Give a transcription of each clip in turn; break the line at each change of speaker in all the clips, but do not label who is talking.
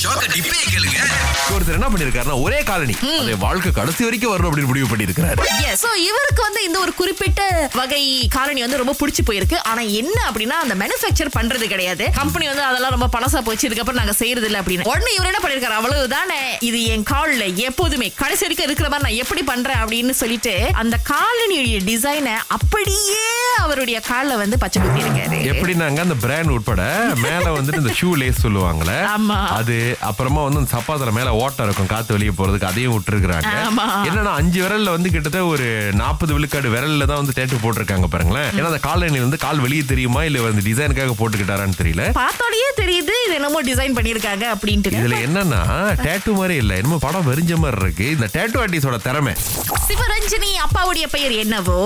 ஷாக்க டிப்பே கேளுங்க
ஒருத்தர் என்ன பண்ணிருக்காருன்னா ஒரே காலனி அது வாழ்க்கை கடைசி வரைக்கும் வரணும் அப்படின்னு முடிவு பண்ணியிருக்கிறாரு
Yes. So, இவருக்கு வந்து இந்த ஒரு குறிப்பிட்ட வகை காலனி வந்து ரொம்ப பிடிச்சு போயிருக்கு ஆனா என்ன அப்படின்னா அந்த மேனுஃபேக்சர் பண்றது கிடையாது கம்பெனி வந்து அதெல்லாம் ரொம்ப பழசா போச்சு இதுக்கப்புறம் நாங்க செய்யறது இல்ல அப்படின்னு உடனே இவர் என்ன பண்ணிருக்காரு அவ்வளவுதானே இது என் கால்ல எப்போதுமே கடைசி வரைக்கும் இருக்கிற மாதிரி நான் எப்படி பண்றேன் அப்படின்னு சொல்லிட்டு அந்த காலனியுடைய டிசைனை அப்படியே அவருடைய கால்ல வந்து பச்சை குத்தி இருக்காரு
எப்படின்னாங்க அந்த பிராண்ட் உட்பட மேல வந்துட்டு இந்த ஷூ லேஸ் சொல்லுவாங்கல்ல
ஆமா.
அது அப்புறமா வந்து அந்த சப்பாத்துல மேல ஓட்டம் இருக்கும் காத்து வெளியே போறதுக்கு அதையும் விட்டுருக்காங்க
ஆமா.
என்னன்னா அஞ்சு விரல்ல வந்து கிட்டத்தட்ட ஒரு நாற்பது விழுக்காடு விரல்ல தான் வந்து டேட்டு போட்டிருக்காங்க பாருங்களேன் ஏன்னா அந்த காலனில வந்து கால் வெளியே தெரியுமா இல்ல வந்து டிசைனுக்காக போட்டுக்கிட்டாரான்னு தெரியல
பார்த்தாலேயே தெரியுது இது என்னமோ டிசைன் பண்ணிருக்காங்க அப்படின்ட்டு
இதுல என்னன்னா டேட்டு மாதிரி இல்ல என்னமோ படம் வெறிஞ்ச மாதிரி இருக்கு இந்த டேட்டு ஆர்டிஸ்டோட திறமை
சிவரஞ்சனி அப்பாவுடைய பெயர் என்னவோ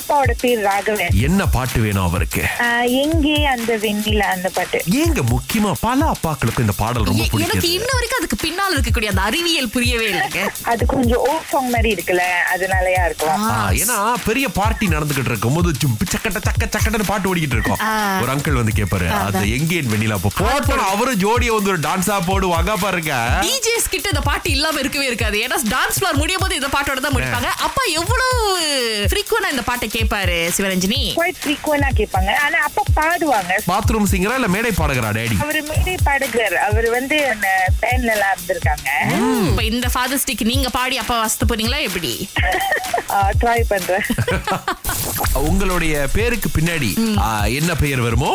அப்பாவோட பேர் ராகவன்
என்ன பாட்டு வேணும் அவருக்கு
ஆஹ் எங்கே அந்த வெண்ணில அந்த பாட்டு
ஏங்க முக்கியமா பல அப்பாக்களுக்கு இந்த பாடல் ரொம்ப
எ- எனக்கு
பிடிக்கும்
இன்ன வரைக்கும் அதுக்கு பின்னால் இருக்கக்கூடிய அந்த அறிவியல் புரியவே இல்லைங்க
அது கொஞ்சம் ஓல்ட் சாங் மாதிரி இருக்குல்ல அதனாலயா இருக்கும்
ஏன்னா பெரிய பார்ட்டி நடந்துகிட்டு இருக்கும் போது சும்பு சக்கட்ட சக்க சக்கட்டன்னு பாட்டு ஓடிக்கிட்டு இருக்கோம்
ஆ.
ஒரு அங்கிள் வந்து கேட்பாரு அது எங்கே என் வெண்ணிலா அப்போ போட்டோம் அவரும் ஜோடியை வந்து ஒரு டான்ஸா போடுவாங்க பாருங்க
டிஜேஸ் கிட்ட இந்த பாட்டு இல்லாம இருக்கவே இருக்காது ஏன்னா டான்ஸ் ஃபிளார் முடியும் போது இந்த பாட்டோட தான் முடிப்பாங்க அப்பா எவ்வளவு ஃப்ரீக்வெண்டா இந்த பாட்டை கேட்பாரு சிவரஞ்சனி
குவைட் ஃப்ரீக்வெண்டா கேட்பாங்க ஆனா அப்பா பாடுவாங்க
பாத்ரூம் சிங்கரா இல்ல மேடை பாடகரா டேடி
அவர் மேடை பாடுகிறார் அவர் வந்து அந்த பேன்ல எல்லாம் இருந்திருக்காங்க
இப்ப இந்த ஃபாதர்ஸ் டேக்கு நீங்க பாடி அப்பா வாசித்து போறீங்களா எப்படி
ட்ரை பண்றேன்
உங்களுடைய பேருக்கு பின்னாடி ஆ, என்ன பெயர் வருமோ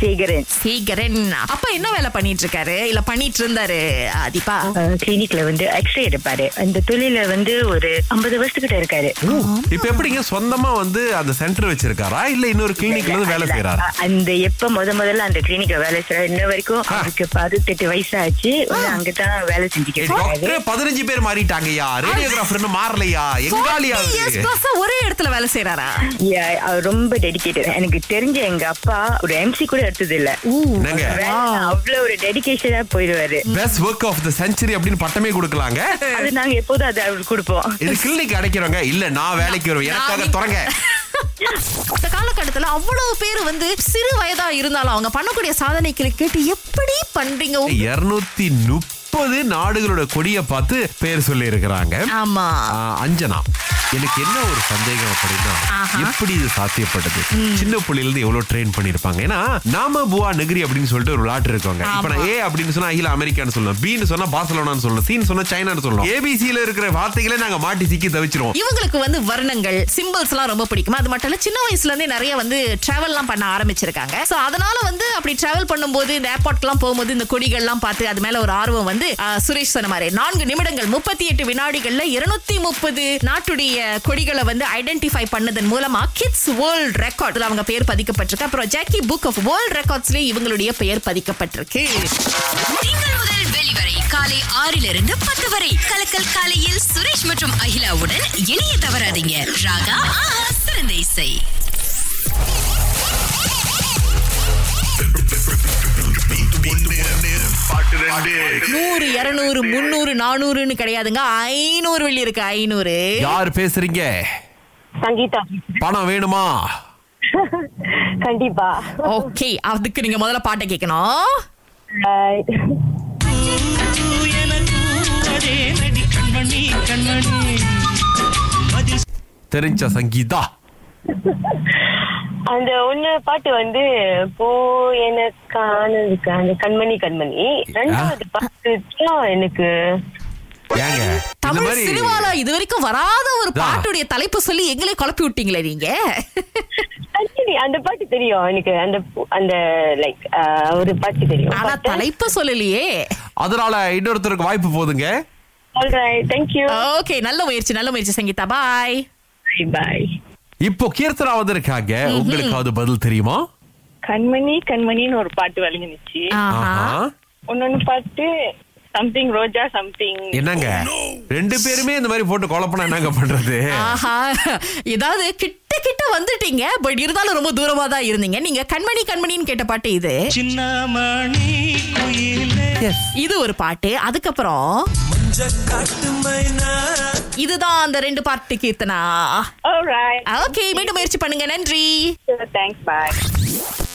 சேகரன்
சீக்கிரம் அப்பா என்ன வேலை பண்ணிட்டு இருக்காரு இல்ல பண்ணிட்டு இருந்தாரு அதிப்பா
கிளினிக்ல வந்து எக்ஸ்ரே எடுப்பாரு அந்த தொழில வந்து ஒரு ஐம்பது வருஷத்துக்கிட்ட இருக்காரு
ஓ, இப்ப எப்படிங்க சொந்தமா வந்து அந்த சென்டர் வச்சிருக்காரா இல்ல இன்னொரு கிளினிக்ல வந்து வேலை செய்யறாரா
அ- அந்த எப்ப முத முதல்ல அந்த கிளினிக்ல வேலை செய்யறாரு இன்ன வரைக்கும்
ஆ.
அவருக்கு பதினெட்டு வயசு ஆச்சு இன்னும் அங்கதான் வேலை செஞ்சுக்கிட்டு இருக்காரு
டாக்டர் பதினஞ்சு பேர் மாறிட்டாங்கய்யா ரேடியோகிராஃபர்னு மாறலையா எங்காலியா
40 years
அது?
plus ஆ ஒரே இடத்துல வேலை செய்யறாரா
Yeah, அவர் ரொம்ப டெடிகேட்டட் எனக்கு தெரிஞ்ச எங்க அப்பா ஒரு எம்சி கூட எடுத்தது இல்ல
என்னங்க
வேலை அவ்வளவு ஒரு டெடிகேஷனா போயிடுவாரு
best work of the century அப்படின்னு பட்டமே கொடுக்கலாங்க
அது நாங்க எப்போதும் அது அவருக்கு கொடுப்போம்
இது கிளினிக் அடைக்கிறவங்க இல்ல நான் வேலைக்கு வருவேன் எனக்காக
நான்
தொடங்க
இந்த காலகட்டத்துல அவ்வளவு பேர் வந்து சிறு வயதா இருந்தாலும் அவங்க பண்ணக்கூடிய சாதனைகளை கேட்டு எப்படி பண்றீங்க உங்க-
இருநூத்தி முப்பது நாடுகளோட கொடிய பார்த்து பேர் சொல்லி இருக்கிறாங்க
ஆமா
அஞ்சனா எனக்கு என்ன ஒரு சந்தேகம் அப்படின்னா
ஆஹா.
எப்படி இது சாத்தியப்பட்டது சின்ன புள்ளையில இருந்து எவ்வளவு ட்ரெயின் பண்ணிருப்பாங்க ஏன்னா நாம புவா நெகிரி அப்படின்னு சொல்லிட்டு ஒரு விளையாட்டு இருக்காங்க இப்ப நான் ஏ அப்படின்னு சொன்னா அகில அமெரிக்கான்னு சொல்லலாம் பின்னு சொன்னா பார்சலோனான்னு சொல்லலாம் சீன்னு சொன்னா சைனான்னு சொல்லலாம் ஏபிசியில இருக்கிற வார்த்தைகளே நாங்க மாட்டி சிக்கி தவிச்சிருவோம்
இவங்களுக்கு வந்து வர்ணங்கள் சிம்பிள்ஸ் எல்லாம் ரொம்ப பிடிக்கும் அது மட்டும் இல்ல சின்ன வயசுல இருந்தே நிறைய வந்து டிராவல் எல்லாம் பண்ண ஆரம்பிச்சிருக்காங்க சோ அதனால வந்து அப்படி டிராவல் பண்ணும்போது இந்த ஏர்போர்ட் எல்லாம் போகும்போது இந்த கொடிகள் எல்லாம் பார்த்து அது மேல ஒரு ஆர்வம் வந்து ஆ, சுரேஷ் சொன்ன மாதிரி நான்கு நிமிடங்கள் முப்பத்தி எட்டு வினாடிகள்ல இருநூத்தி முப்பது நாட்டுடைய கொடிகளை வந்து ஐடென்டிஃபை பண்ணதன் மூலமா கிட்ஸ் வேர்ல்ட் ரெக்கார்ட்ல அவங்க பேர் பதிக்கப்பட்டிருக்கு அப்புறம் ஜாக்கி புக் ஆஃப் வேர்ல்ட் ரெக்கார்ட்ஸ்லயே இவங்களுடைய பெயர் பதிக்கப்பட்டிருக்கு
திங்கள் முதல் வெளிவரை காலை ஆறிலிருந்து பத்து வரை கலக்கல் காலையில் சுரேஷ் மற்றும் அகிலாவுடன் இணைய தவறாதீங்க ராகா ஆஹா சிறந்த இசை
நூறு இருநூறு முந்நூறு நானூறுன்னு கிடையாதுங்க ஐநூறு வெள்ளி இருக்கு ஐநூறு
யார் பேசுறீங்க
சங்கீதா
பணம் வேணுமா
கண்டிப்பா
ஓகே அதுக்கு நீங்க முதல்ல பாட்டை கேட்கணும்
ஆஹ்
தெரிஞ்ச சங்கீதா
அந்த ஒண்ணு பாட்டு வந்து போ எனக்கானதுக்கு அந்த கண்மணி கண்மணி ரெண்டாவது பாட்டு தான் எனக்கு
ஏங்க இந்த
தமிழ்
மாதிரி
சினிமால இது வரைக்கும் வராத ஒரு
தான்.
பாட்டுடைய தலைப்பு சொல்லி எங்களே குழப்பி விட்டீங்களே நீங்க
சரி அந்த பாட்டு தெரியும் எனக்கு அந்த பு- அந்த லைக் ஒரு பாட்டு தெரியும்
ஆனா தலைப்பு சொல்லலையே
அதனால இன்னொருத்தருக்கு வாய்ப்பு போதுங்க
ஆல்ரைட் தேங்க் யூ
ஓகே நல்ல முயற்சி நல்ல முயற்சி சங்கீதா பாய்
பாய்
இப்போ கீர்த்தனா வந்திருக்காங்க உங்களுக்காவது பதில் தெரியுமா
கண்மணி கண்மணின்னு ஒரு பாட்டு வழங்கினுச்சு
ஆஹா.
ஒன்னொன்னு பாட்டு சம்திங் ரோஜா சம்திங்
என்னங்க ரெண்டு பேருமே இந்த மாதிரி போட்டு குழப்பனா என்னங்க பண்றது
ஆஹா ஏதாவது கிட்ட கிட்ட வந்துட்டீங்க பட் இருந்தாலும் ரொம்ப தூரமா தான் இருந்தீங்க நீங்க கண்மணி கண்மணின்னு கேட்ட பாட்டு இது
சின்னமணி குயிலே
இது ஒரு பாட்டு அதுக்கப்புறம் இதுதான் அந்த ரெண்டு பாட்டு கீர்த்தனா
ஆல்ரைட்
ஓகே மீண்டும் முயற்சி பண்ணுங்க நன்றி
தேங்க்ஸ் பாய்